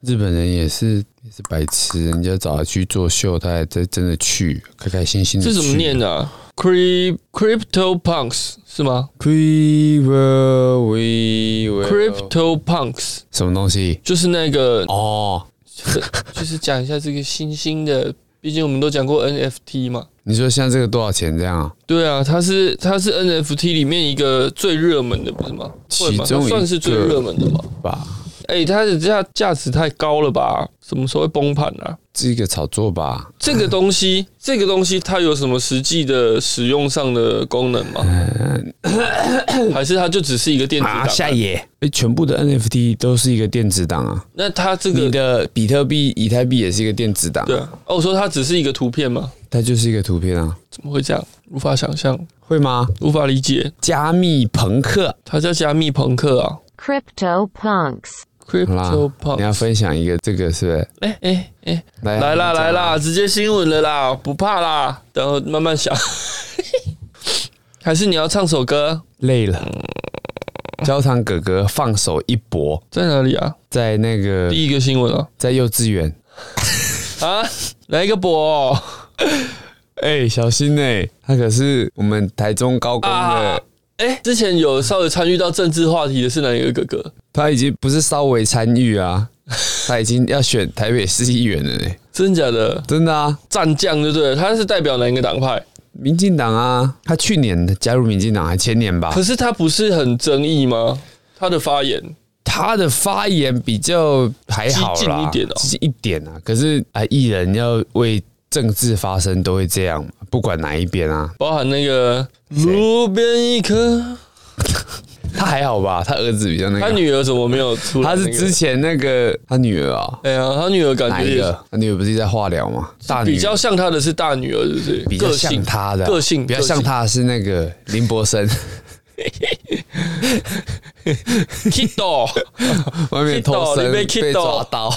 日本人也是也是白痴，人家找他去做秀，他还真真的去，开开心嗯心的。这怎么念的的、啊、？Cryp Crypto Punks 是吗？We will, we will ？Crypto Punks 什么东西？就是那个，啊哦，就是讲一下这个新兴的，毕竟我们都讲过 NFT 嘛。你说像这个多少钱这样啊？对啊，它是它是 NFT 里面一个最热门的，不是吗？会吗其中它一算是最个热门的吧？吧，哎、它的价价值太高了吧？什么时候会崩盘啊？是一个炒作吧？这个东 西，这个东西它有什么实际的使用上的功能吗？还是它就只是一个电子档、呃一页。哎，全部的 NFT 都是一个电子档啊，那它这你个的比特币、以太币也是一个电子档，对啊，哦，我说它只是一个图片吗？它就是一个图片啊，怎么会这样？无法想象，会吗？无法理解。加密朋克，它叫加密朋克啊 Crypto punks. 好啦，Crypto，你要 Punk。分享一个这个是不是？哎哎哎，来来啦你讲啊来啦，直接新闻了啦，不怕啦，等我慢慢想。 还是你要唱首歌？累了。焦糖哥哥放手一搏，在哪里啊？在那个第一个新闻啊在幼稚园，啊，来一个哦博、哎、小心哎、他可是我们台中高工的，欸啊哎、之前有稍微参与到政治话题的是哪一个哥哥？他已经不是稍微参与啊，他已经要选台北市议员了呢、真假的真的啊，战将，对不对了？他是代表哪一个党派？民进党啊，他去年加入民进党，还前年吧可，是他不是很争议吗？他的发言，他的发言比较还好激进啦，一点哦激进一点啊，可是啊，艺人要为政治发声都会这样，不管哪一边啊，包含那个路边一棵，他还好吧，他儿子比较那他个，啊女儿怎么没有出来、他那是个之前那个他女儿啊、哎呀，他女儿感哪觉一也是个？他女儿不是在化疗吗？大女儿比较像他的是大女儿，是不是？比较个像性他的啊个性比较像他的是那个林柏森， Kiddo， 外面偷 Kiddo，生你被被 Kiddo 抓到。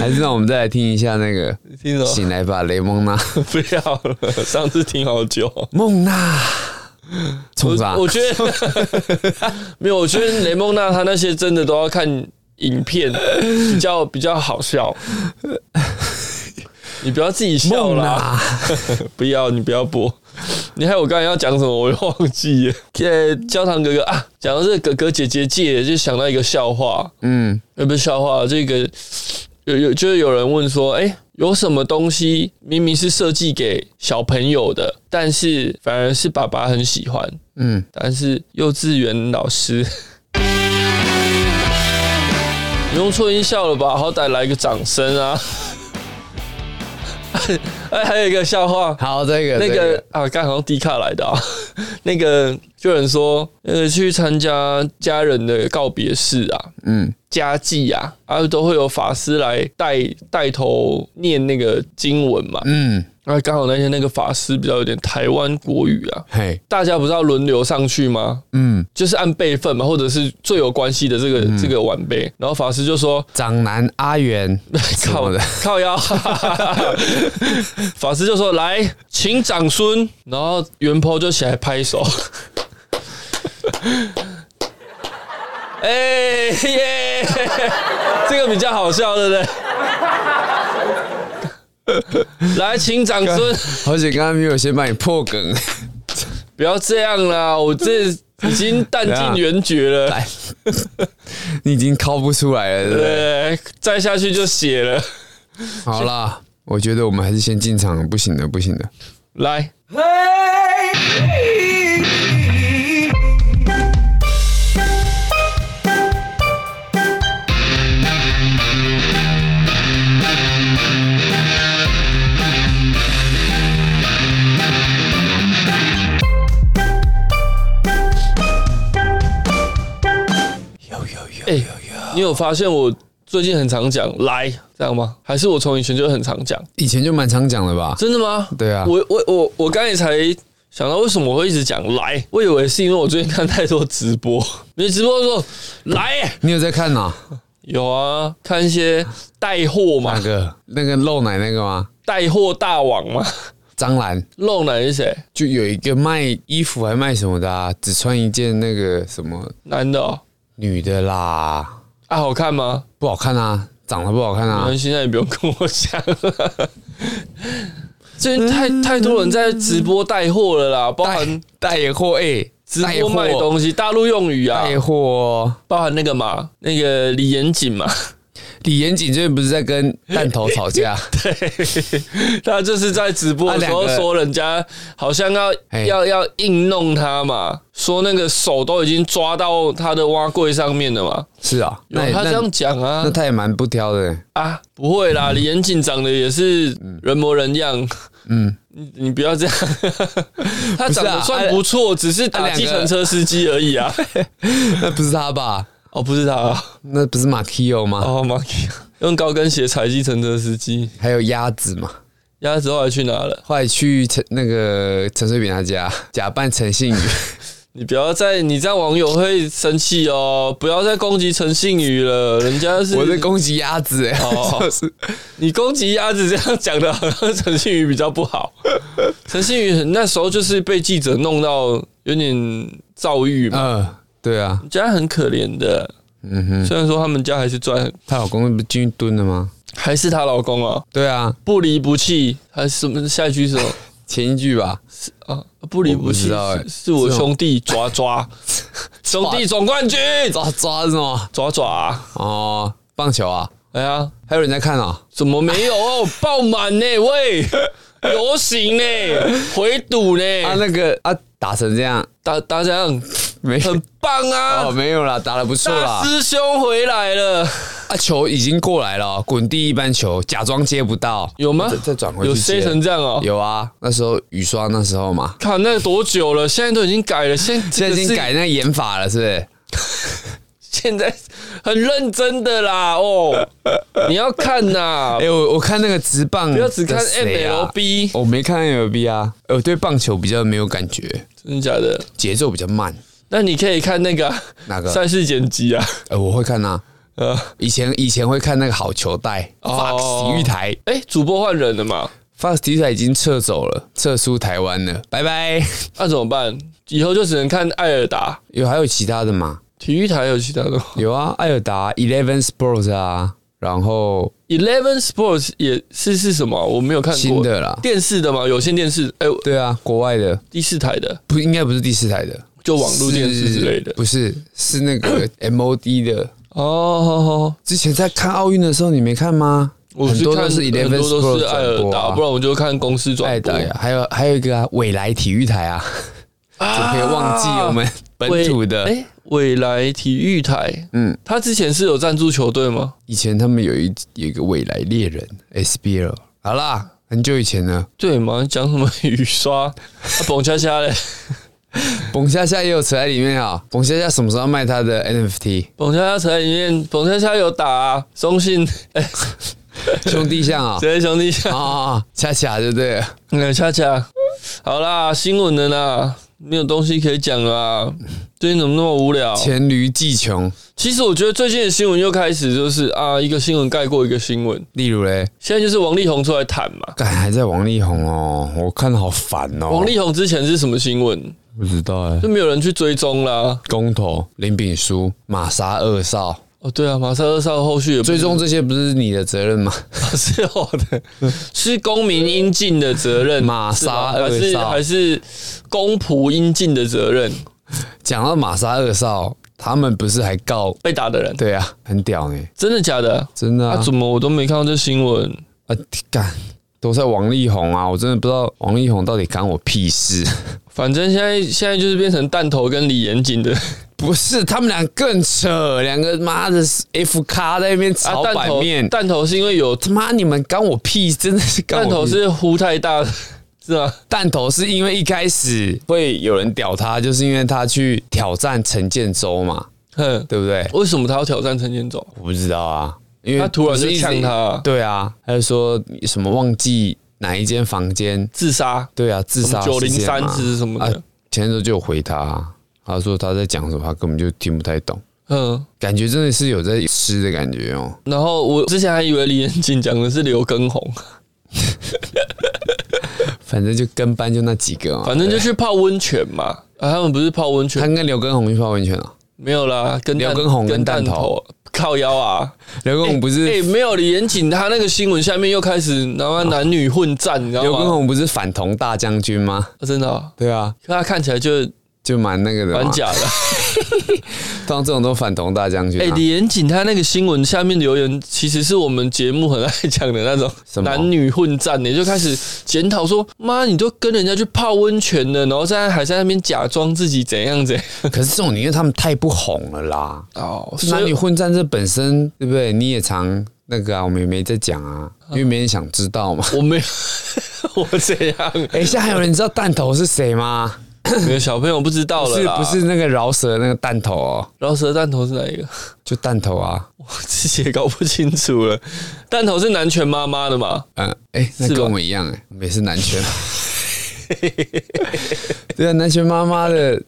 还是让我们再来听一下那个你听《着，醒来吧，雷蒙娜》 不要了，上次听好久。梦娜，冲啥我？我觉得 没有，我觉得雷蒙娜她那些真的都要看影片，比较比较好笑。你不要自己笑梦啊啦！娜，不要，你不要播。 你还有我刚才要讲什么，我又忘记了。呃，焦糖哥哥啊，讲到这个哥哥姐姐界，就想到一个笑话，嗯，呃，不是笑话，这个有有就是有人问说，哎、有什么东西明明是设计给小朋友的，但是反而是爸爸很喜欢？嗯，但是幼稚园老师。 你用错音效了吧？好歹来个掌声啊！ 哎，还有一个笑话，好，这个那这个啊，刚好像迪卡来的、啊， 那个就有人说，呃，去参加家人的告别式啊，嗯，家祭啊，啊都会有法师来带带头念那个经文嘛。嗯，啊，刚好那天那个法师比较有点台湾国语啊，嘿，大家不是要轮流上去吗？嗯，就是按辈分嘛，或者是最有关系的这个、这个晚辈。然后法师就说长男阿元，什 靠么的，靠 腰，法师就说来，请长孙，然后袁坡就起来拍手。 哎耶，这个比较好笑，对不对？来，请长孙，而且刚刚没有先把你破梗，不要这样啦，我这已经弹尽援绝了。来，你已经靠不出来了，对不对？对，再下去就写了。好啦，我觉得我们还是先进场了，不行的，不行的。来，哎、你有发现我最近很常讲来这样吗？还是我从以前就很常讲？以前就蛮常讲的吧？真的吗？对啊，我我我我刚才才想到为什么我会一直讲来，我以为是因为我最近看太多直播， 你直播说来你有在看呐、有啊，看一些带货那 嘛，个那个露奶那个吗？带货大王嘛，张兰露奶是谁？就有一个卖衣服还卖什么的啊，只穿一件那个什么男的、哦、女的啦，啊，好看吗？不好看啊，长得不好看没啊关，系，那你不用跟我讲 了。最近太太多人在直播带货了啦，包含带货哎，直带播货卖东西，大陆用语啊，带货哦。包含那个嘛，那个李延景嘛， 李延景最近不是在跟弹头吵 架？他就是在直播的时啊候两个说人家好像要哎要要硬弄他嘛，说那个手都已经抓到他的蛙柜上面了嘛，是啊，有那他这样那讲啊那他也蛮不挑的。啊，不会啦，嗯李延景长得也是人模人样，嗯，你你不要这样， 啊他长得算不错，只是打计程车司机而 已啊，那不是他吧？哦，不是他啊， 那不是马 k i o 吗？哦 m a 用高跟鞋踩计程车司机，还有鸭子嘛？鸭子后来去哪了？后来去陈那个陈水扁他家，假扮陈信宇，你不要再，你这样网友会生气哦！不要再攻击陈信宇了，人家是我在攻击鸭子哎、哦 就是你攻击鸭子这样讲的，好像陈信宇比较 不好。陈信宇很那时候就是被记者弄到有点躁郁嘛，呃，对啊，人家很可怜的。嗯哼，虽然说他们家还是赚，她老公不是进去蹲了吗？还是她老公啊，对啊，不离不弃，还是什么下一句是 什么前一句吧，啊？不离我不弃知道欸是是我兄弟抓 抓，兄弟总冠军抓抓什么？抓抓啊，哦，棒球啊，哎呀。还有人在看哦，怎么没有哦？爆满呢、喂，游行呢、回堵呢、啊那个啊打成这样，打打怎样？没很棒啊！ 哦没有啦，打的不错啦大，师兄回来了，啊球已经过来了，滚地一般球，假装接不到，有吗再再转回去有接塞成这样哦、有啊，那时候雨刷那时候嘛，看那多久了？现在都已经改了，现 在现这在个已经是改那个演法了，是不是？现在很认真的啦 哦。你要看呐、哎、我我看那个直棒、不要只看的谁啊 MLB，、我没看 MLB 啊，我对棒球比较没有感觉，真的假的？节奏比较慢。那你可以看那个啊哪个赛事剪辑啊？呃，我会看啊，呃，以前以前会看那个好球带、哦 Fox 体育台哎、主播换人了嘛？ ，Fox 体育台已经撤走了，撤出台湾了，拜拜。那怎么办？以后就只能看艾尔达。有还有其他的吗？体育台有其他的有啊，艾尔达 Eleven Sports 啊，然后，Eleven Sports 也是是什么啊？我没有看过新的啦，电视的吗？有线电视？哎、对啊，国外的第四台的，不应该不是第四台的，就网络电视之类的是。不是是那个 MOD 的。哦，好好好之前在看奥运的时候，你没看吗？我很是多看都是 Eleven 很多都 Sports 是艾尔转播达，啊不然我就看公司转爱播。的呀，还有还有一个啊，未来体育台啊， 就可以忘记我们本土的。哎、未来体育台，嗯，他之前是有赞助球队吗？以前他们有一有一个未来猎人 SBL，好啦，很久以前了。对吗？讲什么雨刷？啊，蹦恰恰嘞，冯夏夏也有扯在里面啊。冯夏夏什么时候要卖他的 NFT？蹦恰恰在里面，蹦恰恰有打、啊、中信，哎、兄弟像 啊谁的兄弟像啊啊，啊恰恰对不对了？嗯，恰恰，好啦，新闻的啦，没有东西可以讲啦。最近怎么那么无聊？黔驴技穷，其实我觉得最近的新闻又开始就是啊，一个新闻盖过一个新闻。例如嘞，现在就是王力宏出来谈嘛。干还在王力宏哦，我看得好烦哦。王力宏之前是什么新闻？不知道哎、就没有人去追踪啦。公投、林炳书、玛莎二少，哦，对啊，马赛二少后续也不最终这些不是你的责任吗？ 是我的，是公民应尽的责任。玛是莎吧还二是少还是公仆应尽的责任？讲到玛莎二少，他们不是还告？被打的人，对啊，很屌呢、真的假的？真的啊，啊！怎么我都没看到这新闻？啊，干都在王力宏啊！我真的不知道王力宏到底干我屁事。 反正现在现在就是变成弹头跟李延景的不是，他们俩更扯，两个妈的 F 咖在那边啊 炒，弹版头面，弹头是因为有他妈你们干我屁，真的是干我弹屁头是呼太大是吗？弹头是因为一开始会有人屌他，就是因为他去挑战陈建州嘛，哼，对不对？为什么他要挑战陈建州？我不知道啊，因为他突然就不是一直呛他对啊，他就说你什么忘记哪一间房间，自杀？对啊，自杀九零事件三嘛之什么啊的？，前阵子就有回他、啊他说他在讲什么，他根本就听不太懂，嗯，感觉真的是有在吃的感觉哦。然后我之前还以为李延景讲的是刘畊 宏，反正就跟班就那几个嘛，反正就去泡温泉嘛。啊，他们不是泡温对他泉？跟刘畊宏去泡温泉了、啊没有啦，跟刘弹畊宏跟弹弹头头靠腰啊！刘畊宏不哎、是没有李严谨，他那个新闻下面又开始然啊后男女混战，你知道刘畊吗？宏不是反同大将军吗？啊真的啊、对啊，可他看起来就就蛮那个的嘛，蛮假的。当这种都反同大将军、啊。哎、李严谨他那个新闻下面留言，其实是我们节目很爱讲的那种什么男女混战的，就开始检讨说：“妈，你都跟人家去泡温泉了，然后在还在那边假装自己怎样怎样。可是这种，因为他们太不红了啦”。哦，所男女以混战这本身，对不对？你也常那个啊，我们也没在讲啊，因为没人想知道嘛。我没有， 我怎样？ 哎、现在还有人知道弹头是谁 吗？没有小朋友不知道不了是啦不是那个饶舌那个弹头哦，饶舌弹头是哪一个？ 就弹头啊。我自己也搞不清楚了。弹头是南拳妈妈的嘛？嗯，哎、那是吧跟我们一样哎、我们也是南拳。 对啊，南拳妈妈的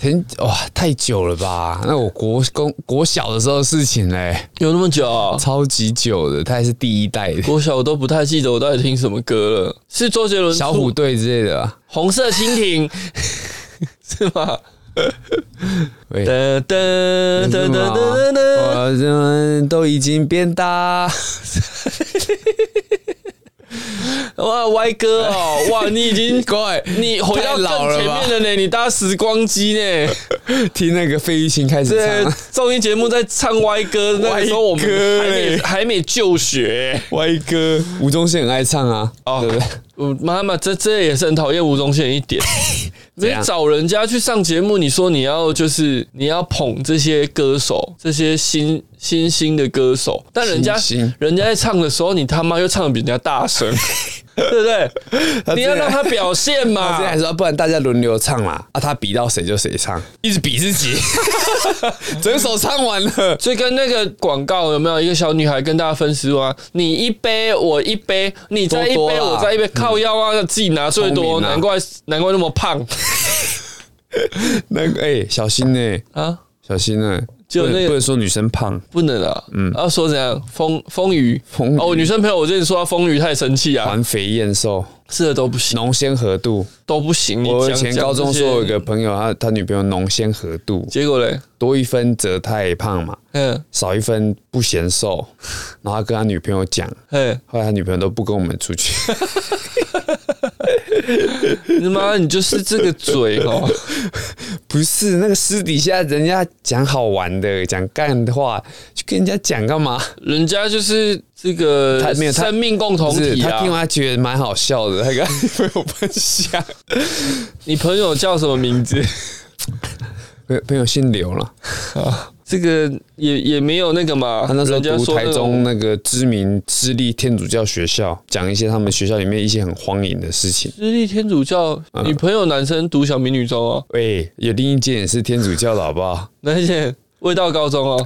很哇，太久了吧？那我国公国小的时候的事情嘞、有那么久 啊、超级久的，他还是第一代的国小我都不太记得我到底听什么歌了，是周杰伦出《小虎队之类的啊吧？红色蜻蜓》 是吗？喂哒哒哒真的哒吗哒哒哒，我们都已经变大， 哇，歪哥哦，哇，你已经 怪你回到太老更了前吧面了呢，你搭时光机呢？听那个费玉清开始对唱，啊综艺节目在唱歪歌，那个时候我们歪歌还没嘞还没就学歪歌，吴宗宪很爱唱啊，哦对不对？ 我妈妈这这也是很讨厌吴宗宪一点，你怎样找人家去上节目，你说你要就是你要捧这些歌手，这些新新兴的歌手，但人家新兴人家在唱的时候，你他妈又唱的比人家大声， 对不对？你要让他表现他嘛之前，还说，啊不然大家轮流唱嘛，啊，他比到谁就谁 唱，一直比自己，整首唱完了， 所以跟那个广告有没有一个小女孩跟大家分食物啊？你一杯我一杯，你再一杯多多啦我再一杯，靠腰啊，自己拿最多，聪明啊难怪难怪那么胖那个哎、小心呢、啊！小心呢、就不能那个不能说女生胖，不能啊，嗯，要说怎样风风雨风雨哦，我女生朋友我之前说她风雨太生气啊，环肥燕瘦，吃的都不行，浓鲜合度。都不行。你我以讲前讲高中这说些有一个朋友，他他女朋友浓鲜合度，结果嘞，多一分则太胖嘛，嗯，少一分不嫌瘦。然后他跟他女朋友讲，嘿，后来他女朋友都不跟我们出去，你妈你就是这个嘴 哦，不是那个私底下人家讲好玩的，讲干话，去跟人家讲干嘛？人家就是这他个没有他生命共不同是体他啊听。完他觉得蛮好笑的，他跟他女朋友分享，你朋友叫什么 名字？朋友朋友姓刘了，这个也也没有那个嘛，他那时候人家读说台那中种那个知名私立天主教学校，讲一些他们学校里面一些很荒淫的事情。私立天主教，嗯你朋友男生读小民女中哦，喂，有另一间也是天主教的好不好？那些味道高中 哦，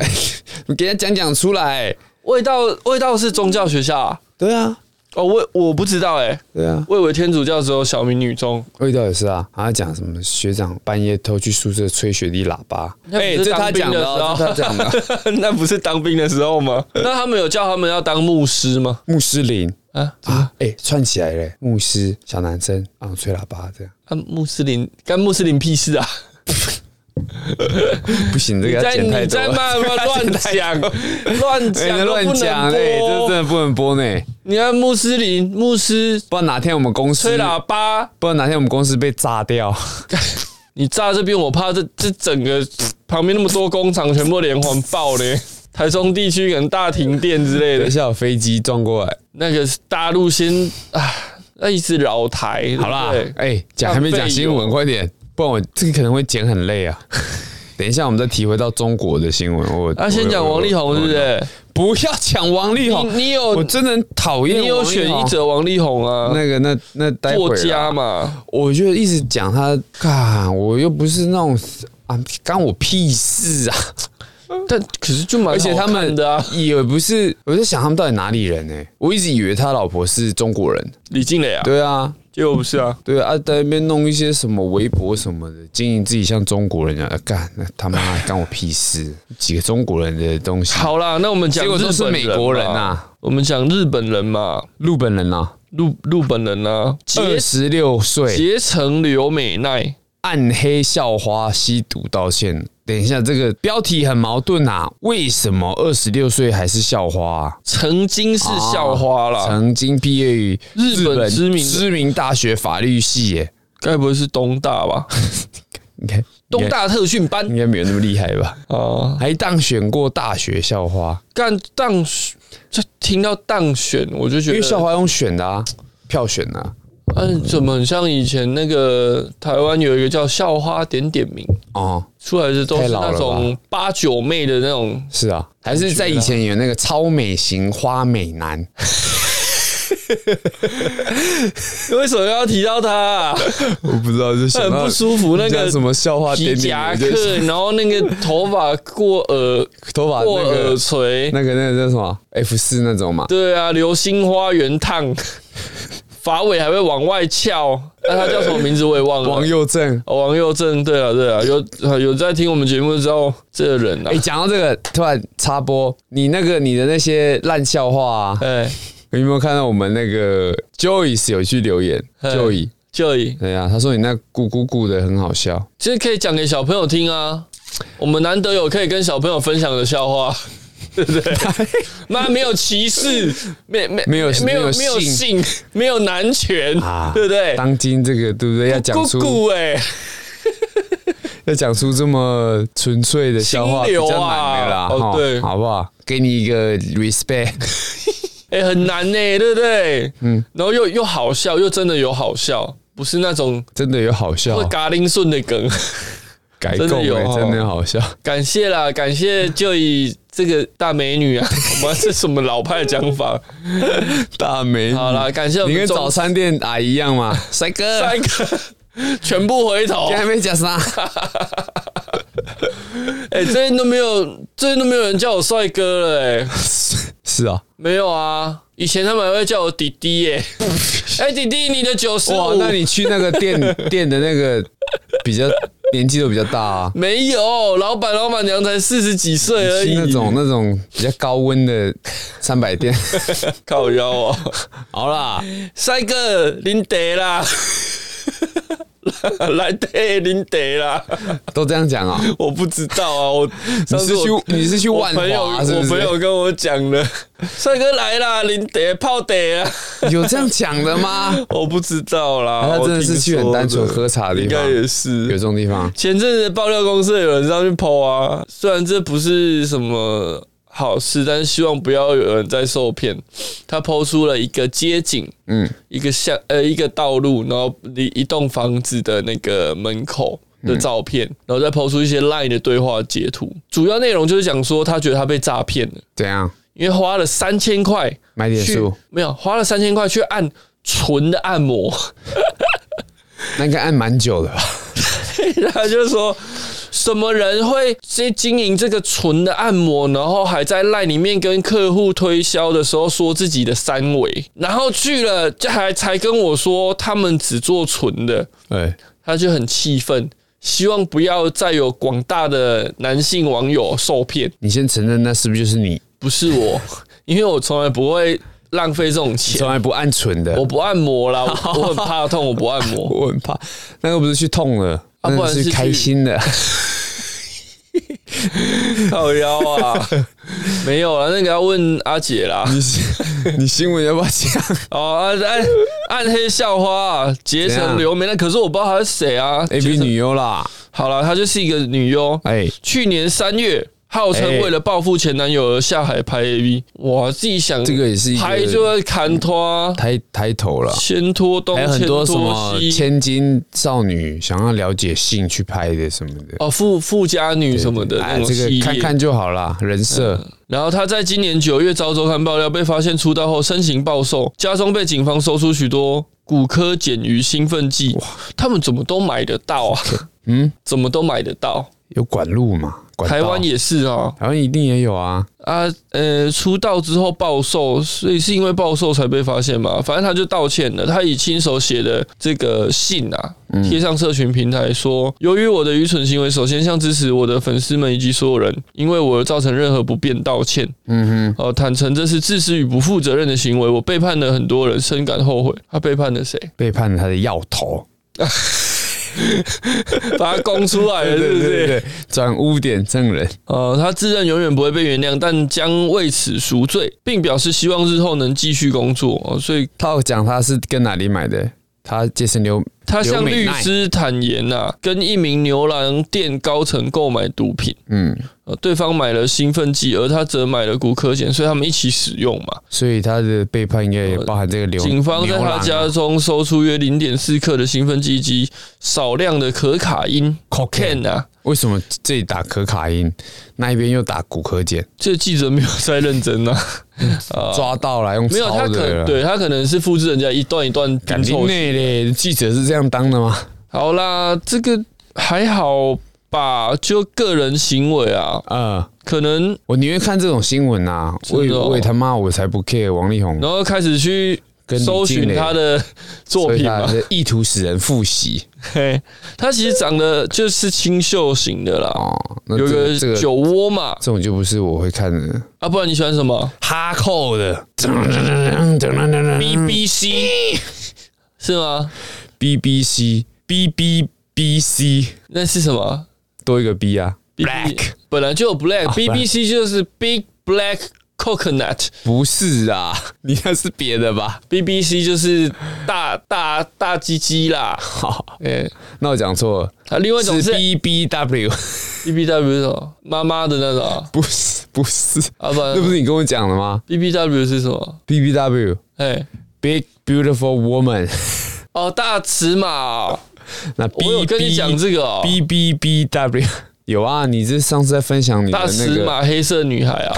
你给他讲讲出来。味道味道是宗教学校啊。对啊，哦，我我不知道哎、对啊，我以为天主教只有小民女中，味道也是啊。他讲什么学长半夜偷去宿舍吹雪莉喇叭，那哎不是这他当兵讲的的哦，时这他候讲 的。 那不是当兵的时候吗？那他们有叫他们要当牧师吗？穆斯林啊啊，哎、串起来嘞，牧师小男生啊，吹喇叭这样啊，穆斯林干穆斯林屁事啊！不行，这 你个要在剪太你多在了。慢慢乱 讲，乱哎、讲那都乱不讲能嘞，哎这播。真的不能播呢。你看穆斯林牧师不然哪天我们公司吹，喇叭，不然哪天我们公司被炸 掉，你炸这边，我怕这这整个旁边那么多工厂全部连环爆 嘞。台中地区可能大停电之类等的 一，下有飞机撞过来。那个大陆先啊，那一直扰台，好啦对不，对哎，讲还没讲新闻，快点，不然我这个可能会剪很累啊。 等一下，我们再提回到中国的新闻。我啊，先讲王力宏是不？我是？我不要讲王力宏，你你我有真的很讨厌。你有选一，则王力宏啊，那个那那待会作儿啊家嘛，我就一直讲他，干，我又不是那种啊，干我屁事啊！ 但可是就蛮而且他好看们的啊，也不是，我在想他们到底哪里人呢、欸我一直以为他老婆是中国人，李静蕾啊，对啊，结果不是啊，对啊，在那边弄一些什么微博什么的，经营自己像中国人一样，啊干、那他妈的干我屁事！几个中国人的东西，好啦，那我们讲结果都是美国人嘛，啊，我们讲日本人嘛，日本人啊，日日本人啊，二结十六岁，结成留美奈，暗黑校花吸毒道歉，等一下，这个标题很矛盾啊！为什么二十六岁还是校花、啊？曾经是校花啦，曾经毕业于日本知名的啊知名大学法律系耶，该不会是东大吧？应该东大特训班应该没有那么厉害 吧？啊，还当选过大学校花，干当选，就听到当选我就觉因为得校花用选的啊，票选的、啊。嗯，怎么很像以前那个台湾有一个叫校花点点名，哦，出来的都太是老了那吧种八九妹的那种，是啊，还是在以前有那个超美型花美男，为什么要提到 他、啊？ 我不知道就很不舒服，那个什么校花皮点点夹名就克，然后那个头发过耳头发过那耳个垂， 那个那个叫什么 F 四那种嘛，对啊，流星花园烫，发尾还会往外翘，那他叫什么名字我也忘了。王佑正。哦王佑正，对啊，对啊，有有在听我们节目知道这个人啊哎、，讲到这个，突然插播，你那个你的那些烂笑话、 啊，哎，你有没有看到我们那个 Joyce 有去留言嗯？Joy，就以对啊，他说你那咕咕咕的很好笑，其实可以讲给小朋友听啊。我们难得有可以跟小朋友分享的笑话，对不对？妈没有歧视，没没没有没有没有没有性性，没有男权，啊对不对？当今这个对不对？要讲哎姑出姑哎，要讲出这么纯粹的笑话比清流较啊难的啦，哦齁对好不好？给你一个 respect， 哎、很难呢、对不对？嗯，然后又又好笑，又真的有好笑，不是那种真的有好笑会，嘎铃顺的梗。 改真供的有欸哦真的好笑。感谢啦，感谢就以这个大美 女啊，我们这什么老派的讲法？大美女，好啦，感谢我你们跟中早餐店阿姨一样 嘛，帅哥，三个全部回头你。还没讲 啥？哎、最近都没有，最近都没有人叫我帅哥了、欸，哎，是啊，没有啊。以前他们还会叫我弟弟耶、哎、弟弟，你的九十哇五，，那你去那个 店店的那个比较年纪都比较大啊，没有，老板老板娘才四十几岁而去已，那种那种比较高温的三百店。 靠腰哦， 好啦，帅哥，您得啦， 来得您得啦，都这样讲啊、我不知道啊，我你上次是我去你是去我万朋友华啊是不我朋是？友跟我讲的，帅哥来啦，您得泡得啊，有这样讲的吗？我不知道啦，哎他我真的是听去很说单纯的喝茶的地应方该，也有这是。种地方前阵子爆料公社有人上去剖啊，虽然这不是什么好事，但是希望不要有人再受骗。他剖出了一个街景，嗯，一个巷呃一个道路，然后一一栋房子的那个门口。嗯的照片，然后再抛出一些 LINE 的对话截图，主要内容就是讲说他觉得他被诈骗了，怎样？因为花了三千块买点去数，没有花了三千块去按纯的按摩，那应该按蛮久的吧？ 他就说什么人会先经营这个纯的按摩，然后还在赖里面跟客户推销的时候说自己的三围，然后去了就还才跟我说他们只做纯的，哎，他就很气愤。希望不要再有广大的男性网友受骗，你先承认，那是不是就是你？不是我， 因为我从来不会浪费这种钱 从，来不按纯的我，不按摩啦，我我很怕痛，我不按摩。我很怕，那个不是去痛了，啊那不个然是是去开心的。 靠腰啊， 没有了，那个要问阿姐啦。 你新你新闻要不要 讲？哦，暗暗暗黑校花、啊，结怎成样流媒，那可是我不知道她是谁啊。 A 结 B 成哎女优啦，好了，她就是一个女优。哎，去年三月，号称哎为了报复前男友而下海拍 AV，哇，自己想这个也是一拍个就会砍拖，抬抬头了。先拖东，还有很多什么先拖西。千金少女想要了解性去拍的什么的，哦，富富家女什么的那哎，种这系个列，嗯看看就好啦，人设然后他在今年九月遭周刊爆料，被发现出道后身形暴瘦，家中被警方搜出许多骨科碱鱼兴奋剂，他们怎么都买得到啊？嗯，怎么都买得到？有管路嘛，管道台湾也是啊台湾一定也有啊，啊呃，出道之后暴瘦，所以是因为暴瘦才被发现嘛？反正他就道歉了，他以亲手写的这个信啊，嗯贴上社群平台说，由于我的愚蠢行为，首先向支持我的粉丝们以及所有人，因为我而造成任何不便道歉。嗯哦，坦诚这是自私与不负责任的行为，我 背叛了很多人，深感后悔。他背叛了谁？哼，背叛了他的药头，把他供出来了，对是不对是？对对，转污点证人，呃，他自认永远不会被原谅，但将为此赎罪，并表示希望日后能继续工作。哦、所以他有讲他是跟哪里买的，他杰森刘他向刘美律奈师坦言呐、跟一名牛郎店高层购买毒品，嗯，呃，对方买了兴奋剂，而他则买了骨科碱，所以他们一起使用嘛。所以他的背叛应该也包含这个刘哦警方在牛郎他啊家中搜出约零点四克的兴奋剂及少量的可卡因 （cocaine） 啊。为什么这里打可卡因，那一边又打骨科碱？这记者没有在认真呐、啊，抓到了用没有他抄可的了，对他可能是复制人家一段一段拼感凑情起内嘞，记者是这样当的吗？好啦，这个还好吧，就个人行为啊，呃，可能我宁愿看这种新闻啊，的我以哦我以他妈我才不 care 王力宏然后开始去跟搜寻他的 的作品嘛。 意图使人复习嘿，他其实长得就是清秀型的啦，哦。那有这个这个酒窝嘛这。种就不是我会看的啊，不然你喜欢什么哈扣的嗯 BBC 是吗？ BBC BBC 那是什么多一个 B 啊 B- Black 本来就有 Black、哦 BBC 就是 Big Black Coconut。不是啊，你那是别的吧？ BBC 就是大大大鸡 鸡啦，好，哎、那我讲错了，啊，另外一种是是 BBW， B B W 是什么？妈妈的那种啊， 不是不是，啊不 然那不是你跟我讲的吗 B B W 是什么？ ？BBW。哎， Big Beautiful Woman， 哦，大尺码哦，那 B 我有跟你讲这个哦， B B B W 有啊，你这上次在分享你的大那尺个，码黑色女孩啊，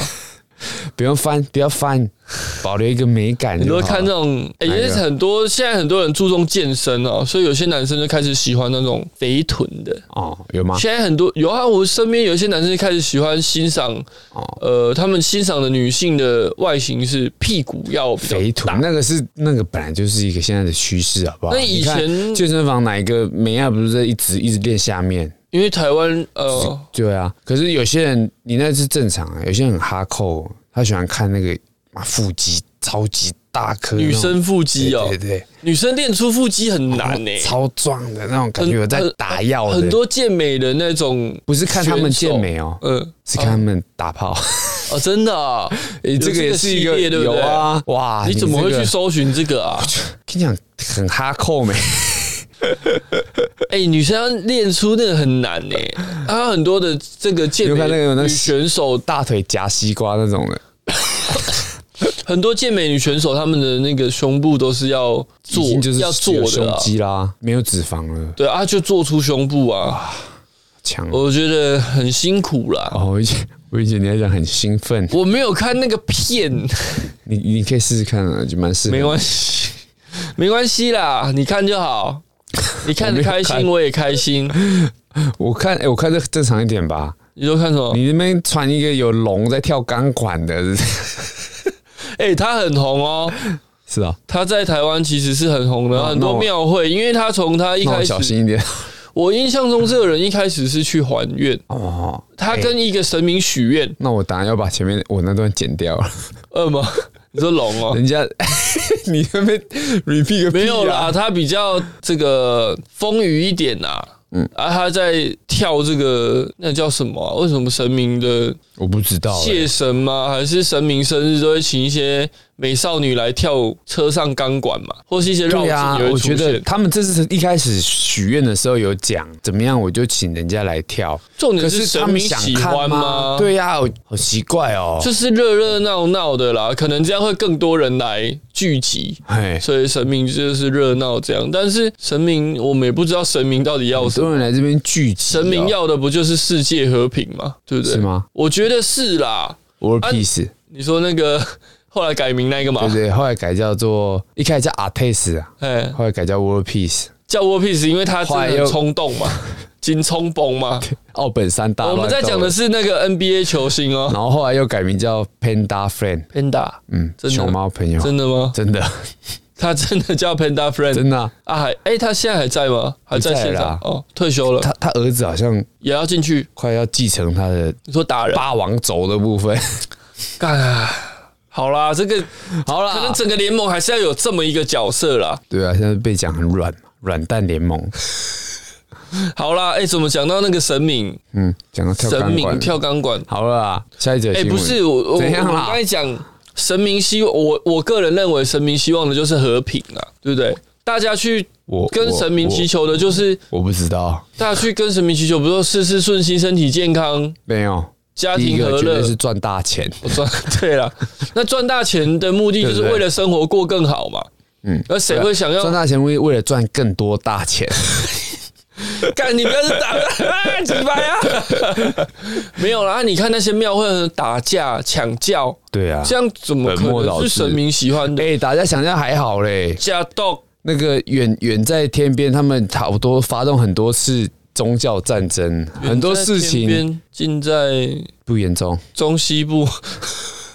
不用翻，不要翻，保留一个美感你就好都会了。看这种，哎，因哪一个为很多现在很多人注重健身哦，所以有些男生就开始喜欢那种肥臀的。哦，有 吗？现在很多有啊，我身边有一些男生就开始喜欢欣赏，哦，呃，他们欣赏的女性的外形是屁股要比较肥臀那个是那个本来就是一个现在的趋势，好不好？那以你看前健身房哪一个美亚不是在一直一直练下面？因为台湾呃，对啊，可是有些人你那是正常啊，有些人很哈扣，他喜欢看那个啊腹肌超级大颗那种，女生腹肌哦对，对对，女生练出腹肌很难呢、超壮的那种感觉，有在打药的，很多健美人那种，不是看他们健美哦，嗯、是看他们打炮。哦，真 的、啊，诶， 有这个也是一系个列对 不有对？啊，哇，你怎么会去说？搜寻这 个啊？跟你讲，很哈扣没？ 哎、女生要练出那个很难呢、啊，很多的这个健你有美看那个有那个女选手，大腿夹西瓜那种的，很多健美女选手她们的那个胸部都是要做已经就是要做有的、胸啊，肌啦，没有脂肪了，对啊，就做出胸部啊，强。我觉得很辛苦啦。哦，我以前我以前你还讲很兴奋，我没有看那个片，你你可以试试看啊，就蛮适合。没关系， 没关系啦，你看就好。你看得开我没有心，看我也开心。我看哎、我看这正常一点吧。你都看什么？你那边传一个有龙在跳钢管的， 哎、他很红哦，是啊，他在台湾其实是很红的，那很多庙会，因为他从他一那我开始，小心一点。我印象中这个人一开始是去还愿，哦，哎他跟一个神明许愿，那我当然要把前面我那段剪掉 了。恶魔，你说龙 哦。人家你那边 repeat 个屁啊没有啦，，他比较这个风雨一点啦、嗯啊，他在跳这个那叫什么啊、为什么神明的我不知道、欸。谢神吗？还是神明生日都会请一些美少女来跳车上钢管嘛，或是一些绕对境啊，也会我觉出得现。他们这是一开始许愿的时候有讲怎么样，我就请人家来跳。重可点是他神们明想喜看欢吗？对呀、我好奇怪哦。就是热热闹闹的啦，可能这样会更多人来聚集，哎，所以神明就是热闹这样。但是神明，我们也不知道神明到底要好什么。多人来这边聚集哦、神明要的不就是世界和平吗？对不对？是吗？我觉得是啦。 World 啊 Peace，、你说那个 后来改名那个嘛对，对，后来改叫做一开始叫 Artes 啊，哎，后来改叫 World Peace，叫 War Peace，因为他真后来的又很冲动嘛，金冲崩嘛。奥本山大我乱斗。们在讲的是那个 NBA 球星哦然后后来又改名叫 Panda 嗯 Friend， ，Panda，嗯，真的熊猫朋友，真的吗？真 的他真的叫 Panda Friend 真的啊、啊？还哎，他现在还在吗？还在不在现了场啊哦，退休了，他他儿子好像也要进去。快要继承他的你说打人霸王轴的部分。 干啊！好啦，这个好啦可能整个联盟还是要有这么一个角色啦。对啊，现在被讲很软嘛，软蛋联盟。好啦，哎、怎么讲到那个神明？嗯，讲到跳神钢明管，跳钢管，好了啦，下一则哎、新闻。不是我，我怎样我啦刚才讲神明希，我我个人认为神明希望的就是和平啊，对不对？大家去我跟神明祈，求的就是，我我不知道，大家去跟神明祈求，不是说事事顺心、身体健康、没有。家第一庭个和绝乐对。是赚大钱，我赚 对了，那赚大钱的目的就是对不对为了生活过更好嘛。嗯，那谁会想要赚大钱为为了赚更多大钱， 干你不要是打 啊，几百啊！ 没有啦，你看那些庙会打架、抢教，对啊。这样怎么可本末能倒是置神明喜欢的？哎、大家想一下还好嘞，假道那个远远在天边，他们好多发动很多次宗教战争，很多事情尽在不严重，中西部，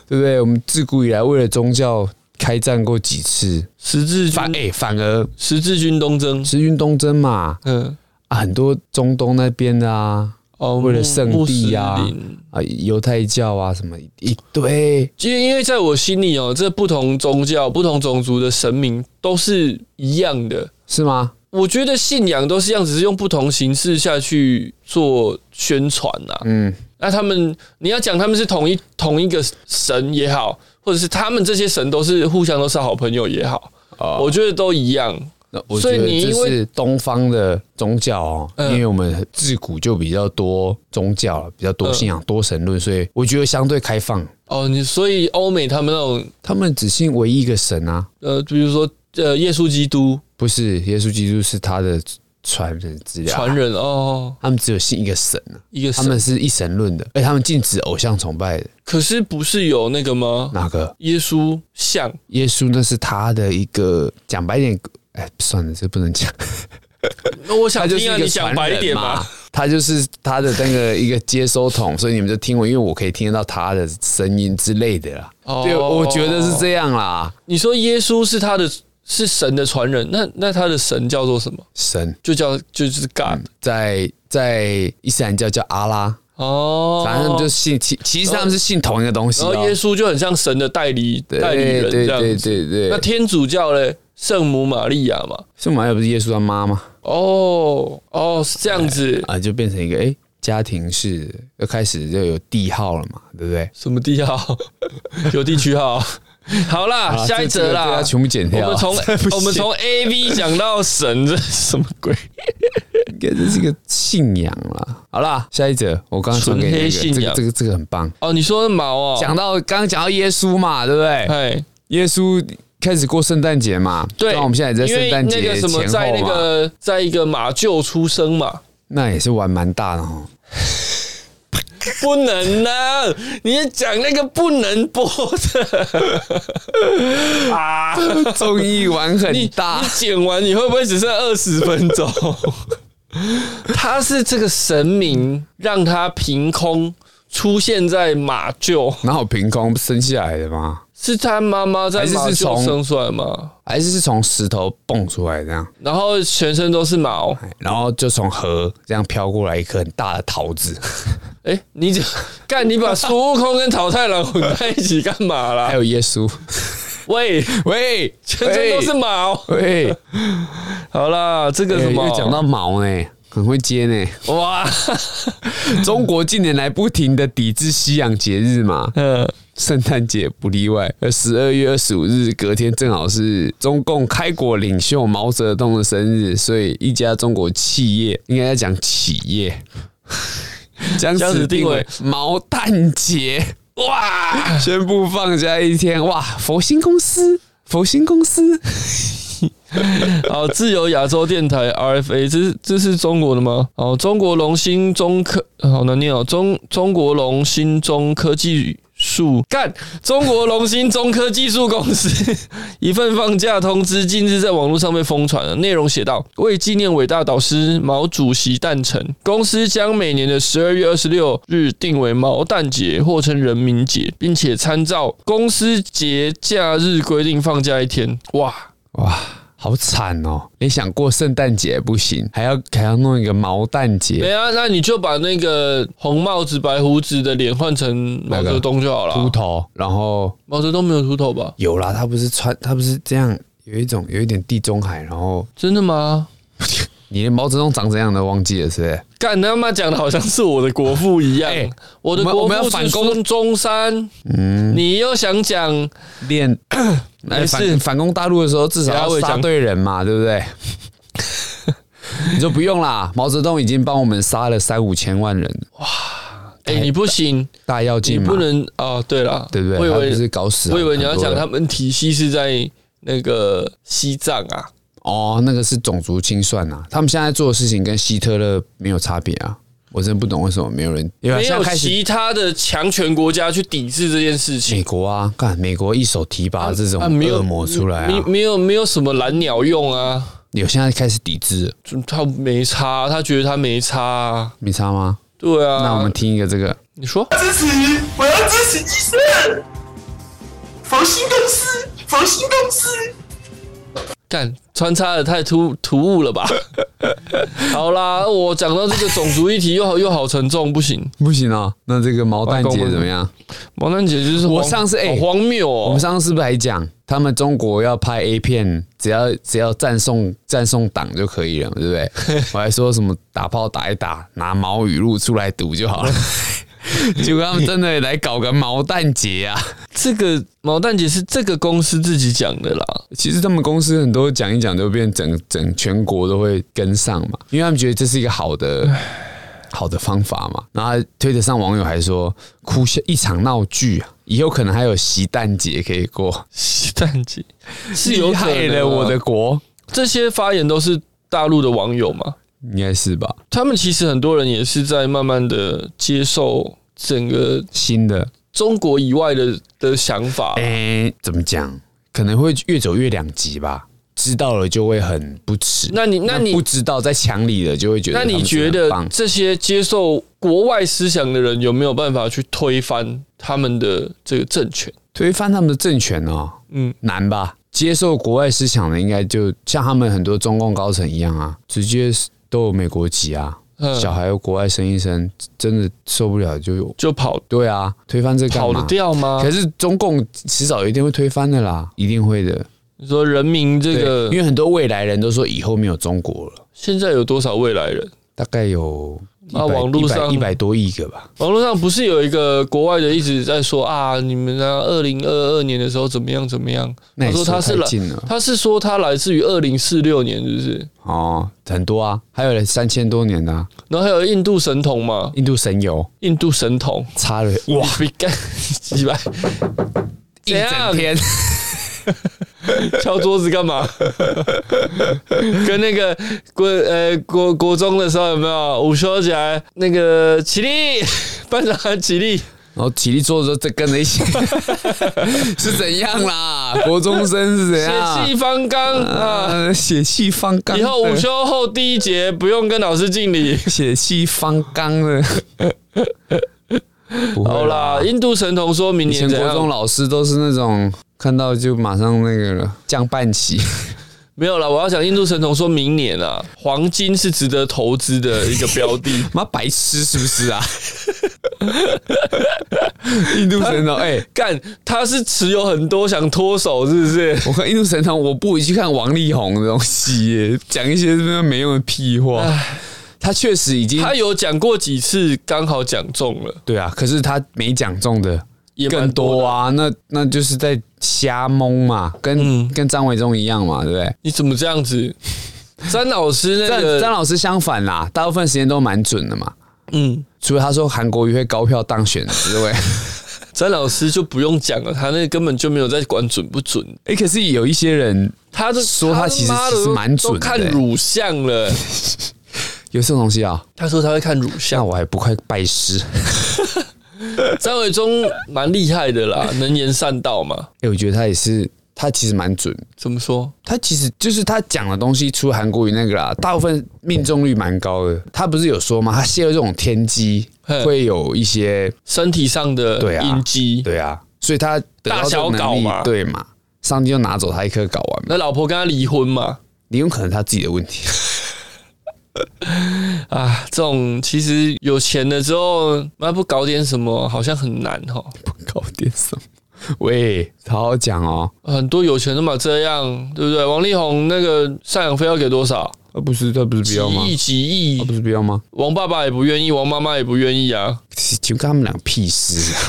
对不对？我们自古以来为了宗教开战过几次，十字反军哎、反而十字军东征。是运动争嘛嗯，啊，很多中东那边的啊哦，为了穆圣地啊穆斯林啊犹太教啊什么一堆，因为因为在我心里哦，这不同宗教、不同种族的神明都是一样的。是吗？我觉得信仰都是这样，只是用不同形式下去做宣传呐、嗯，那他们，你要讲他们是同一同一个神也好，或者是他们这些神都是互相都是好朋友也好，哦我觉得都一样。那我觉所以得你这因为是东方的宗教哦，嗯因为我们自古就比较多宗教了，比较多信仰、多神论，所以我觉得相对开放。哦，你所以欧美他们那种他们只信唯一一个神啊，呃，比如说呃，耶稣基督不是耶稣基督是他的传人之一啊传人哦，他们只有信一个神啊，一个他神们，是一神论的，而且他们禁止偶像崇拜的。可是不是有那个吗？哪个？耶稣像耶稣那是他的一个，讲白点，哎，算了，这不能讲。 那我他想就是听啊，一个你讲传白一人点嘛嘛。，他就是他的那个一个接收筒，所以你们就听我，因为我可以听得到他的声音之类的啦。哦对，我觉得是这样啦。你说耶稣是他的是神的传人，那那他的神叫做什么？神就叫就是 God、嗯在在伊斯兰教叫阿拉，哦，反正就信其其实他们是信同一个东西、然哦。后耶稣就很像神的代理对代理人这对样对子。对对，那天主教嘞，圣母玛利亚嘛，圣玛利亚不是耶稣他妈吗？哦哦是这样子，啊，就变成一个哎、诶家庭式的，又开始就有地号了嘛，对不对？什么地号？ 有地区号？ 好啦，啊下一这这则个这个啦要，全部剪我掉啊。们 从我们从 A V 讲到神，这是什么 鬼？应该这是一个信仰啦。好啦，下一则我刚刚传给你、那个，纯黑信这仰个这个这个很棒。哦，你说的毛哦，讲到刚刚讲到耶稣嘛，对不对？哎，耶稣开始过圣诞节嘛，对，那我们现在也在圣诞节因为那个什么，在前那后嘛，个在一个马厩出生嘛，那也是玩蛮大的 哦。不能啊！你讲那个不能播的啊！综艺玩很你大你，剪完你会不会只剩二十分钟？他是这个神明让他凭空出现在马厩，然后凭空生下来的吗？是他妈妈在还是马是厩从生出来吗？还是是从石头蹦出来这样？然后全身都是毛。哎然后就从河这样飘过来一颗很大的桃子，哎、你这干你把孙悟空跟桃太郎混在一起干嘛还 啦？有耶稣，喂，喂，全身都是毛。哎喂，喂好啦， 这个什么又讲到毛呢、很会接呢、 哇，中国近年来不停的抵制西洋节日嘛， 嗯。圣诞节不例外。而十二月二十五日隔天正好是中共开国领袖毛泽东的生日，所以一家中国企业应该要讲企业， 将将此此定定为为毛蛋节。哇！宣布放假一天，哇！佛心公司，佛心公司， 好，自由亚洲电台 RFA，这是这是中国的吗？哦，中国龙兴中科，好难念哦，中中国龙兴中科技术干，中国龙兴中科技术公司 一份放假通知近日在网络上被疯传了，内容写道：为纪念伟大导师毛主席诞辰，公司将每年的十二月二十六日定为毛蛋节，或称人民节，并且参照公司节假日规定放假一天。哇！哇！好惨哦！你想过圣诞节不行，还要还要弄一个毛蛋对节，啊，那你就把那个红帽子、白胡子的脸换成毛泽东就好了秃啊。头，然后毛泽东没有秃头吧？有啦，他不是穿，他不是这样，有一种有一点地中海，然后真的吗？你连毛泽东长怎样的忘记了是不是？干他妈讲的好像是我的国父一样，哎我的我们国我们要父反是攻孙中山，嗯，你又想讲 练来没反事反攻大陆的时候，至少等下要我也杀讲对人嘛，对不对？你说不用啦，毛泽东已经帮我们杀了三五千万人，哎、你不行，大跃进你嘛，不能哦。对了，对不对？我以他不为是搞死很我以多人，为你要讲他们体系是在那个西藏啊，哦，那个是种族清算呐、啊，他们现在做的事情跟希特勒没有差别啊。我真不懂为什么没有人，因为没现有在开始其他的强权国家去抵制这件事情美。国啊，干美国一手提拔这种啊没有哎恶魔出来没啊，没有没有什么蓝鸟用啊，有现在开始抵制了，就他没差，他觉得他没差、啊，没差吗？对啊。那我们听一个这个，你说支持，我要支持医生，佛心公司，佛心公司。干穿插的太突突兀了吧？ 好啦，我讲到这个种族议题又好又好沉重，不行。不行啊，那这个毛蛋外公姐吗怎么样？毛蛋姐就是我荒上次哎好荒谬我哦们，上次是不是还讲，他们中国要拍 A 片，只要只要赞颂赞颂党就可以了，对不 对？我还说什么打炮打一打，拿毛语录出来读就 好了。结果他们真的来搞个毛蛋节啊！这个毛蛋姐是这个公司自己讲的啦， 其实他们公司很多讲一讲都变整整全国都会跟上嘛，因为他们觉得这是一个好的 好的方法嘛。然后推特上网友还说，哭笑一场闹剧啊，以后可能还有席蛋节可以过，鸡蛋姐是有可害能啊了我的国。这些发言都是大陆的网友嘛，应该是吧？他们其实很多人也是在慢慢的接受整个新的，中国以外的的想法。诶，哎怎么讲？可能会越走越两极吧。知道了就会很不耻，那你那你不知道在墙里的就会觉得那他们你真的觉很得棒这些接受国外思想的人有没有办法去推翻他们的这个政权？推翻他们的政权哦，嗯，难吧？接受国外思想的，应该就像他们很多中共高层一样啊，直接都有美国籍啊，嗯小孩有国外生一生，真的受不了就有。就跑对啊，推翻这干跑嘛？得掉吗？可是中共迟早有一天会推翻的啦，一定会的。你说人民这对，个因为很多未来人都说以后没有中国了，现在有多少未来人？大概有一啊百网络上一百多亿个吧。网络上不是有一个国外的一直在说啊，你们啊，二零二二年的时候怎么样怎么样？那他也说他是太来近了，他是说他来自于二零四六年，是不是？哦，很多啊，还有三千多年的、啊、然后还有印度神童嘛，印度神油印度神童，插了哇，比干 几百，一怎样整天。敲桌子干嘛？ 跟那个国呃国国中的时候有没有午休起来那个起立，班长起立，然后起立做的时候，再跟着一 起，是怎样啦？国中生是怎血样气？方刚啊！啊，血气方刚的，以后午休后第一节不用跟老师敬礼。血气方刚的。不好会啦，，印度神童说明以前年怎国中样？老师都是那种看到就马上那个了，降半旗。没有啦，我要讲印度神童说明年啊，黄金是值得投资的一个标的。 妈白痴是不是啊？ 印度神童，哎、干，他是持有很多想脱手，是不是？我看印度神童，我不如去看王力宏的东西耶，讲一些没用的屁话。他确实已经他有讲过几次，刚好讲中了，对啊，可是他没讲中的也蛮更多的。啊，那那就是在瞎蒙嘛，跟、嗯跟张维忠一样嘛，对不对？你怎么这 样子？詹老师那张个，张老师相反啦，大部分时间都蛮准的嘛，嗯，除了他说韩国瑜会高票当选之 外，詹老师就不用讲了，他那个根本就没有在管准不准。哎、可是有一些人他这说他其实妈的其实蛮准的都看乳相了。有这种东西啊，他说他会看乳那相，我还不快拜师？ 张伟忠蛮厉害的啦，能言善道嘛。哎、我觉得他也是，他其实蛮准，怎么说？他其实就是他讲的东西，除了韩国瑜那个啦，大部分命中率蛮高的。他不是有说吗？他泄露这种天机嘿会有一些身体上的对啊阴基，对啊，所以他得到这种大小搞能力嘛对嘛？上帝就拿走他一颗睾丸嘛，那老婆跟他离婚嘛？你有可能他自己的问题。 啊，这种其实有钱了之后，妈不搞点什么好像很难哦。不搞点什么？喂，好好讲哦，很多有钱人嘛这样，对不对？王力宏那个赡养费要给多少？啊，不是，这不是不几要吗？亿几啊，亿不，是不要吗？王爸爸也不愿意，王妈妈也不愿意啊！就跟他们俩屁事 啊！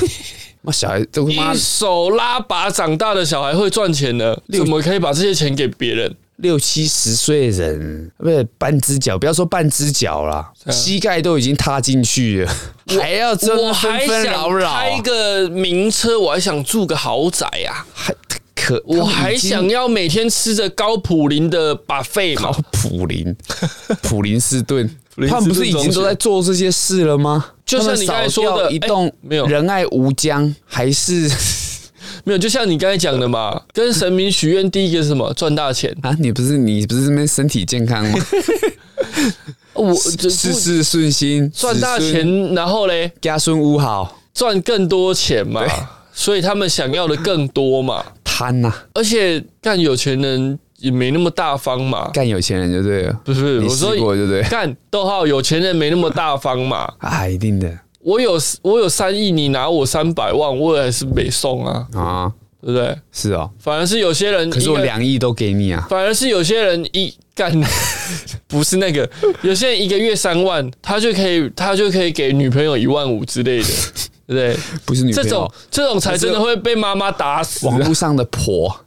妈小孩都他妈一手拉拔长大的小孩会赚钱的，怎么可以把这些钱给别人？六七十岁的人，不是半只脚，不要说半只脚啦，膝盖都已经踏进去了，还要这啊我么纷还纷想扰扰啊，开个名车，我还想住个豪宅呀、啊，还可，我还想要要每天吃着高普林的把费嘛搞。普 林，普林斯顿林。斯顿他们不是已经都在做这些事了吗？就像你刚才说的他们扫掉一栋哎没有仁爱无疆，还是。没有，就像你刚才讲的嘛，跟神明许愿，第一个是什么？赚大钱啊？你不是你不是那边身体健康吗？ 我这事事顺心，赚大子孙，钱，然后嘞，家孙屋好，赚更多钱嘛，所以他们想要的更多嘛。贪呐、而且干有钱人也没那么大方嘛，干有钱人就对了。不是你我试说过对不对？干逗号有钱人没那么大方嘛。啊，一定的我有我有三亿，你拿我三百万，我也是没送啊，啊，对不对？是哦。反而是有些人一个，可是我两亿都给你啊，反而是有些人一干， 不是那个，有些人一个月三万，他就可以他就可以给女朋友一万五之类的，对不对？不 是女这朋种友，这种才真的会被妈妈打死、网啊，络上的 婆，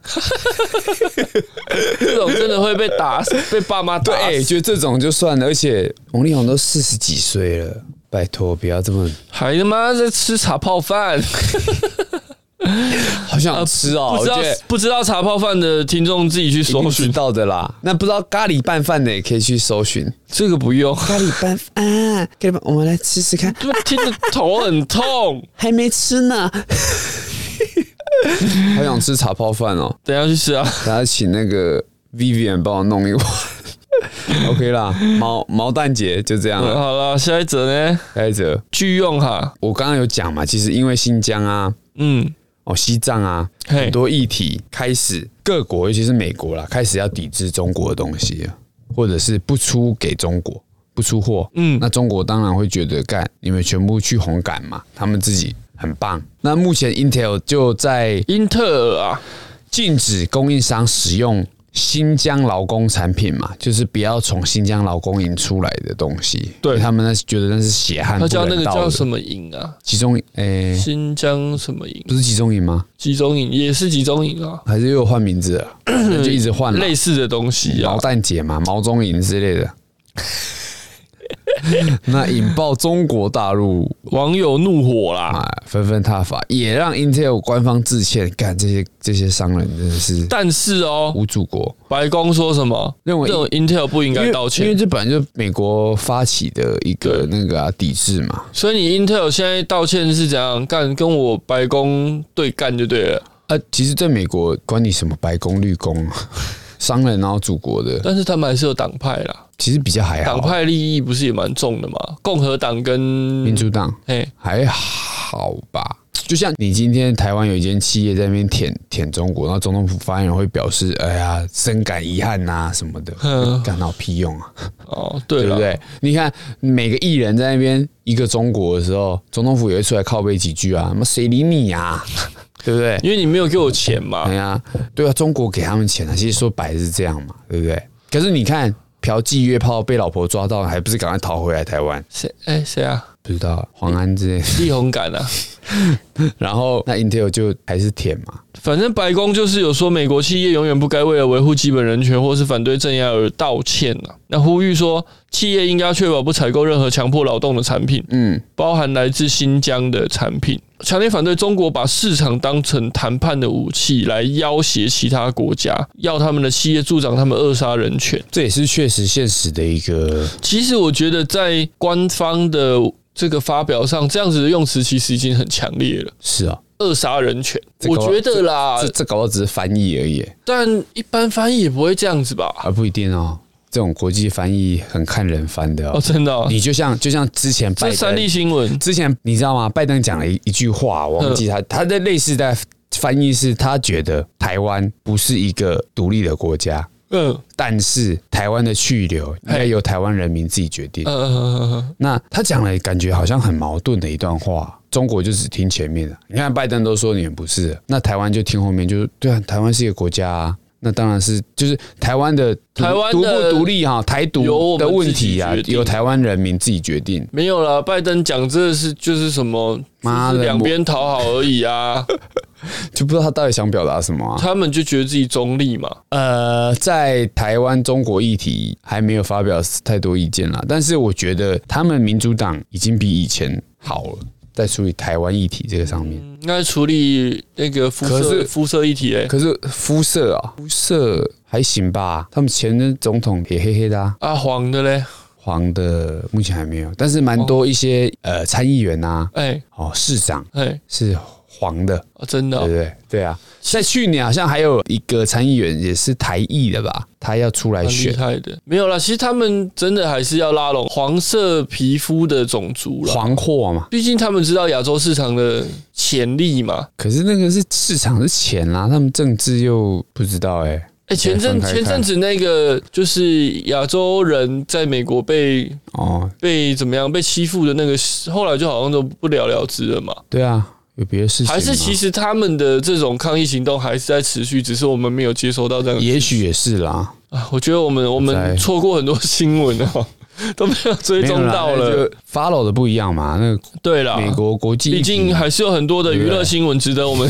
这种真的会被打死，被爸妈打哎、 死。就这种就算了。而且王力宏都四十几岁了，拜托不要这么，还他妈在吃茶泡饭，好想吃哦。不我知觉道得不知道茶泡饭的听众自己去一搜定知寻，道的啦。那不知道咖喱拌饭的也可以去搜寻这个不用，咖喱拌饭啊，咖喱拌，我们来吃吃看，就听得头 很痛。还没吃呢。好想吃茶泡饭哦，等一下去吃啊！等下请那个 Vivian 帮我弄一碗。OK 啦， 毛毛蛋姐就这样了。好了，下一则呢？开着，拒用哈，我刚刚有讲嘛，其实因为新疆啊，嗯，哦西藏啊，嘿很多议题开始各国，尤其是美国啦，开始要抵制中国的东西了，或者是不出给中国。不出货，嗯嗯，那中国当然会觉得干，你们全部去红感嘛，他们自己很棒。那目前 Intel 就在英特尔啊，禁止供应商使用新疆劳工产品嘛，就是不要从新疆劳工营出来的东西。对因为他们那是觉得那是血汗，他叫那个叫什么？么营啊？集中诶、新疆什么营？不是集中营吗？集中营也是集中营啊，还是又有换名字 了？就一直换了类似的东西啊毛。蛋姐嘛、毛中营之类的。 那引爆中国大陆网友怒火啦，啊，纷纷挞伐，也让 Intel 官方致歉。干这些这些商人真的是但是哦，无祖国，白宫说什么？认为这种 Intel 不应因该为道因为歉，这本来就美国发起的一个那个啊抵制嘛。所以你 Intel 现在道歉是怎样干？跟我白宫对干就对了。啊，其实在美国关你什么白宫绿宫啊，商人然后祖国的，但是他们还是有党派啦，其实比较还党好。啊派利益不是也蛮重的嘛？共和党跟民主党哎，还好吧。就像你今天台湾有一间企业在那边舔舔中国，然后总统府发言人会表示：“哎呀，深感遗憾呐、什 么的。”嗯干到屁用啊，哦，对对了不，对？你看每个艺人在那边一个中国的时候，总统府也会出来靠背几句啊，那 谁理你呀、对不对？因为你没有给我钱嘛哎。呀，对啊，中国给他们钱啊，其实说白是这样嘛，对不对？可是你看嫖妓约炮被老婆抓到，还不是赶快逃回来台湾？谁？哎，谁啊？不知道黄安之类的， 力宏感啊？然后那 Intel 就还是舔嘛，反正白宫就是有说，美国企业永远不该为了维护基本人权或是反对镇压而道歉呐、那呼吁说，企业应该确保不采购任何强迫劳动的产品，嗯，包含来自新疆的产品。强烈反对中国把市场当成谈判的武器来要挟其他国家，要他们的企业助长他们扼杀人权。这也是确实现实的一个，其实我觉得，在官方的这个发表上，这样子的用词其实已经很强烈了。是啊，扼杀人权，这我个觉得啦这，这搞不好只是翻译而啊已，但一般翻译也不会这样子吧？而不一定哦。这种国际翻译很看人翻的哦，哦。真的、哦，你就像就像之前拜这三登立，新闻之前你知道吗？拜登讲了一一句话，我忘记嗯他他的类似在翻译是，他觉得台湾不是一个独立的国家，嗯但是台湾的去留应该由台湾人民自己决定。嗯那他讲了，感觉好像很矛盾的一段话。中国就只听前面的，你看拜登都说你们不是，那台湾就听后面就，是对啊，台湾是一个国家啊，那当然是就是 台湾的独台湾独的不独立哈、台独由我们的问自己题啊决，定由台湾人民自己决定。没有啦，拜登讲这是就是什么，妈的就是两边讨好而 已啊，就不知道他到底想表达什么啊。他们就觉得自己中立嘛。呃，在台湾中国议题还没有发表太多意见啦，但是我觉得他们民主党已经比以前好了，在处理台湾议题这个上面。那处理那个肤可色是肤色议题欸嘞，可是肤色啊，肤色还行吧，他们前任总统也黑黑的、啊，啊黄的嘞，黄的目前还没有，但是蛮多一些、呃参议员啊，哎哦市长哎，是黄的，啊真的对哦不对？对啊，在去年好像还有一个参议员也是台裔的吧，他要出来蛮厉选。害的。没有啦，其实他们真的还是要拉拢黄色皮肤的种族啦，黄货嘛，毕竟他们知道亚洲市场的潜力嘛。可是那个是市场是钱啦、他们政治又不知道哎、哎、前阵分开看前阵子那个就是亚洲人在美国被哦，被怎么样被欺负的那个，后来就好像都不了了之了嘛。对啊，有别的事情吗还是其实他们的这种抗议行动还是在持续，只是我们没有接收到这样的。也许也是啦，啊，我觉得我们我们在错过很多新闻哦， 都没有追踪到没有啦那了就。follow 的不一样嘛，那个对啦，美国国际毕议题竟还是有很多的娱乐新闻值得我 们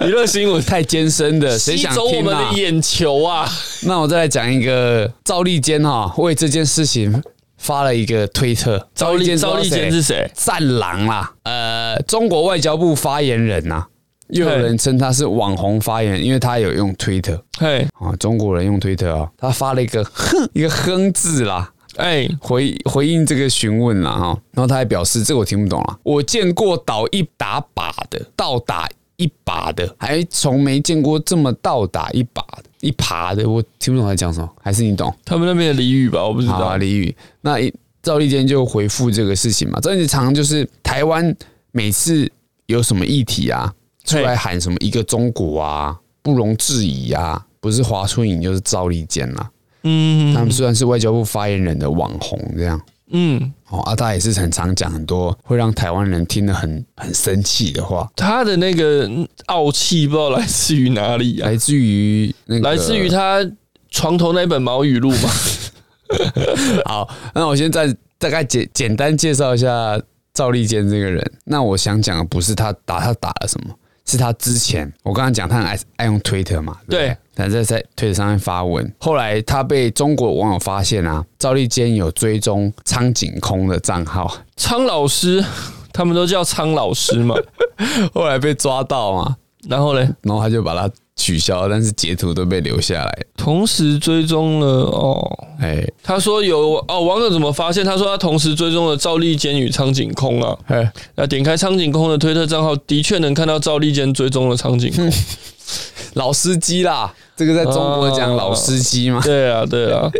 娱乐新闻太艰深的，谁吸想走我听们啊的？眼球啊！那我再来讲一个赵立坚哈，为这件事情发了一个推特。赵立坚，赵立坚是谁？战狼啦，呃，中国外交部发言人呐、又有人称他是网红发言人，因为他有用推特嘿，啊，中国人用推特啊，他发了一个 哼一个哼字啦，哎，回回应这个询问了哈，然后他还表示这个我听不懂了，我见过倒一打靶的，倒打一把的，还从没见过这么倒打一把的，一耙的，我听不懂他在讲什么，还是你懂？他们那边的俚语吧，我不知好、道啊，。李宇，那一赵立坚就回复这个事情嘛，赵立坚常常就是台湾每次有什么议题啊，出来喊什么一个中国啊，不容置疑啊，不是华春莹就是赵立坚啦、嗯他们虽然是外交部发言人的网红这样。嗯，哦，啊，他也是很常讲很多会让台湾人听得很很生气的话，他的那个傲气不知道来自于哪里啊？来自于那个，来自于他床头那本毛语录 嘛？好，那我先再大概简简单介绍一下赵立坚这个人。那我想讲的不是他打他打了什么，是他之前我刚刚讲他很爱爱用推特嘛，对不对对，他在在推特上面发文。后来他被中国网友发现啊，赵立坚有追踪苍井空的账号，苍老师，他们都叫苍老师 嘛。后来被抓到嘛，然后嘞，然后他就把他取消，但是截图都被留下来。同时追踪了哦。哎他说有哦，网友怎么发现？他说他同时追踪了赵立坚与苍井空啊。哎，那点开苍井空的推特账号，的确能看到赵立坚追踪了苍井空。 老司机啦，这个在中国讲哦老司机嘛，对啊，对啊，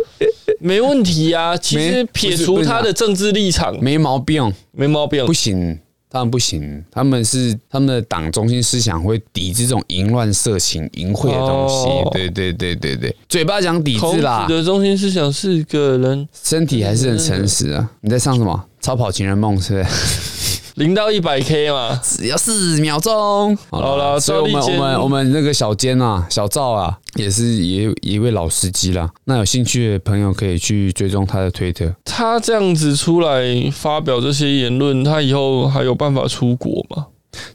没问题啊。其实撇除他的政治立场，没毛病。没毛病不。行，当然不行。他们是他们的党中心思想会抵制这种淫乱、色情、淫秽的东西。哦对对对对对，嘴巴讲抵孔制子啦，的中心思想是个人，身体还是很诚实啊。你在上什么？超跑情人梦是不是？零到一百 K 嘛。只要四秒钟。好啦所以我们赵立我坚们我们那个小坚啊，小赵啊，也是一一位老司机啦。那有兴趣的朋友可以去追踪他的推特。他这样子出来发表这些言论，他以后还有办法出国吗？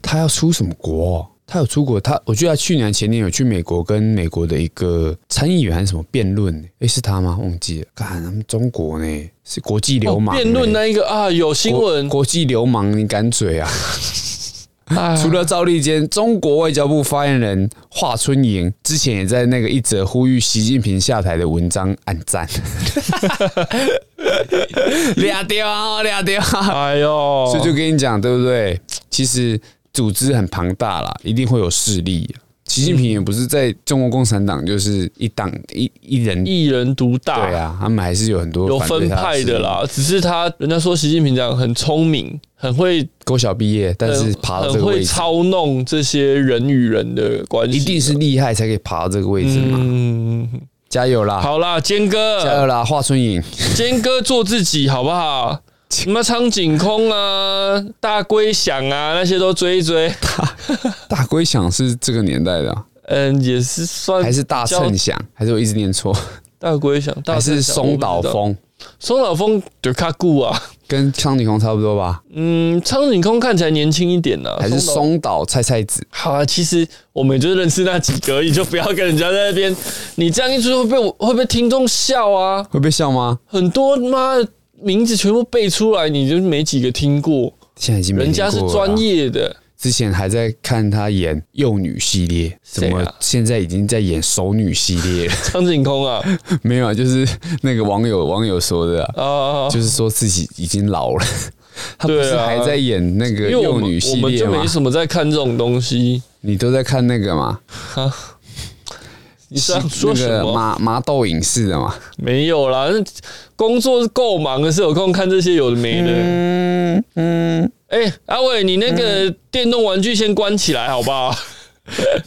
他要出什么国、他有出国，他我记得他去年前年有去美国跟美国的一个参议员还是什么辩论呢，诶、是他吗？忘记了。看他们中国呢是国际流氓呢、哦辩论那一个啊，有新闻国国际流氓，你敢嘴啊？啊，除了赵立坚，中国外交部发言人华春莹之前也在那个一则呼吁习近平下台的文章暗 赞， 俩掉 啊，俩掉啊。哎呦，所以就跟你讲，对不对？其实组织很庞大啦，一定会有势力。习近平也不是在中国共产党就是一党一一人，对一人独大，啊，他们还是有很多有反对分他派势的力。啦。只是他，人家说习近平这样很聪明，很会，国小毕业，但是很爬到这很个位会置，操弄这些人与人的关系，一定是厉害才可以爬到这个位置嘛。嗯。加油啦！好啦，坚加油哥，啦，华春莹，坚哥做自己好不好？什么苍井空啊、大龟响啊，那些都追一追。 大龟响是这个年代的啊、嗯，也是算还是大比较秤响，还是我一直念错，大龟响，大还是正响松岛，我不知道枫，松岛枫对卡固啊。跟苍井空差不多吧？嗯，苍井空看起来年轻一点呢、啊还是松岛松岛菜菜子？好啊，其实我们也就认识那几个而已，你就不要跟人家在那边，你这样一说会被我会被听众笑啊。会被笑吗？很多妈的名字全部背出来，你就没几个听过。现在已经没啊人家是听过了啊专，业的，之前还在看他演幼女系列，怎谁啊么现在已经在演熟女系列了？ 苍井空啊没有啊，就是那个网友网友说的啊、啊，就是说自己已经老了， 他不对啊是还在演那个因为我幼女们我系们列就吗没？什么在看这种东西。你都在看那个嘛？你想说那什个么？麻麻豆影视 的嘛？没有啦，那工作是够忙的，是有空看这些有的没的。嗯嗯，哎、阿伟，你那个电动玩具先关起来好不 好？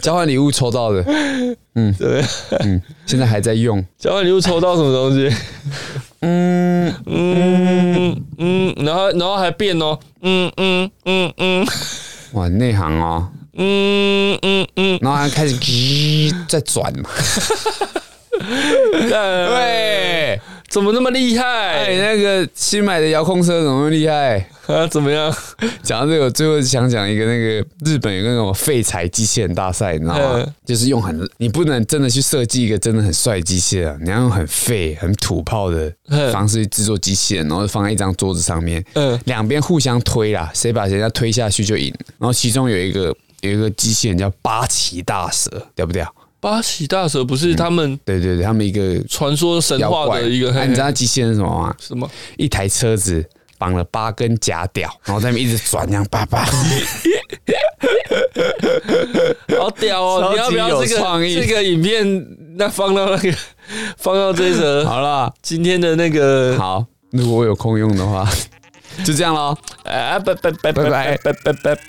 交换礼物抽到的，对，嗯，现在还在用。交换礼物抽到什么东西？ 嗯，嗯嗯，然后然后还变哦，嗯嗯嗯嗯哇，内行哦。嗯嗯 嗯，然后还开始吱在转嘛，对，对，哎怎么那么厉哎，害？那个新买的遥控车怎么那么厉害？啊，怎么样？讲到这个，我最后想讲一个那个日本有那种废柴机器人大赛，你知道吗嗯？就是用很，你不能真的去设计一个真的很帅的机器人，你要用很废、很土炮的嗯方式去制作机器人，然后放在一张桌子上面，嗯两边互相推啦，谁把人家推下去就赢。然后其中有一个有一个机器人叫八岐大蛇，屌不屌？八喜大蛇不是他们对对对，他们一个传说神妖话怪的一个，哎你知道那机器人是什么吗？什么？一台车子绑了八根假屌，然后在那边一直转，这样叭 叭。好屌 哦！超级你要不要这有创个意这个影片那放到那个放到这一则好了，今天的那个好， 如果我有空用的话，就这样喽。啊拜拜拜拜拜拜拜拜拜。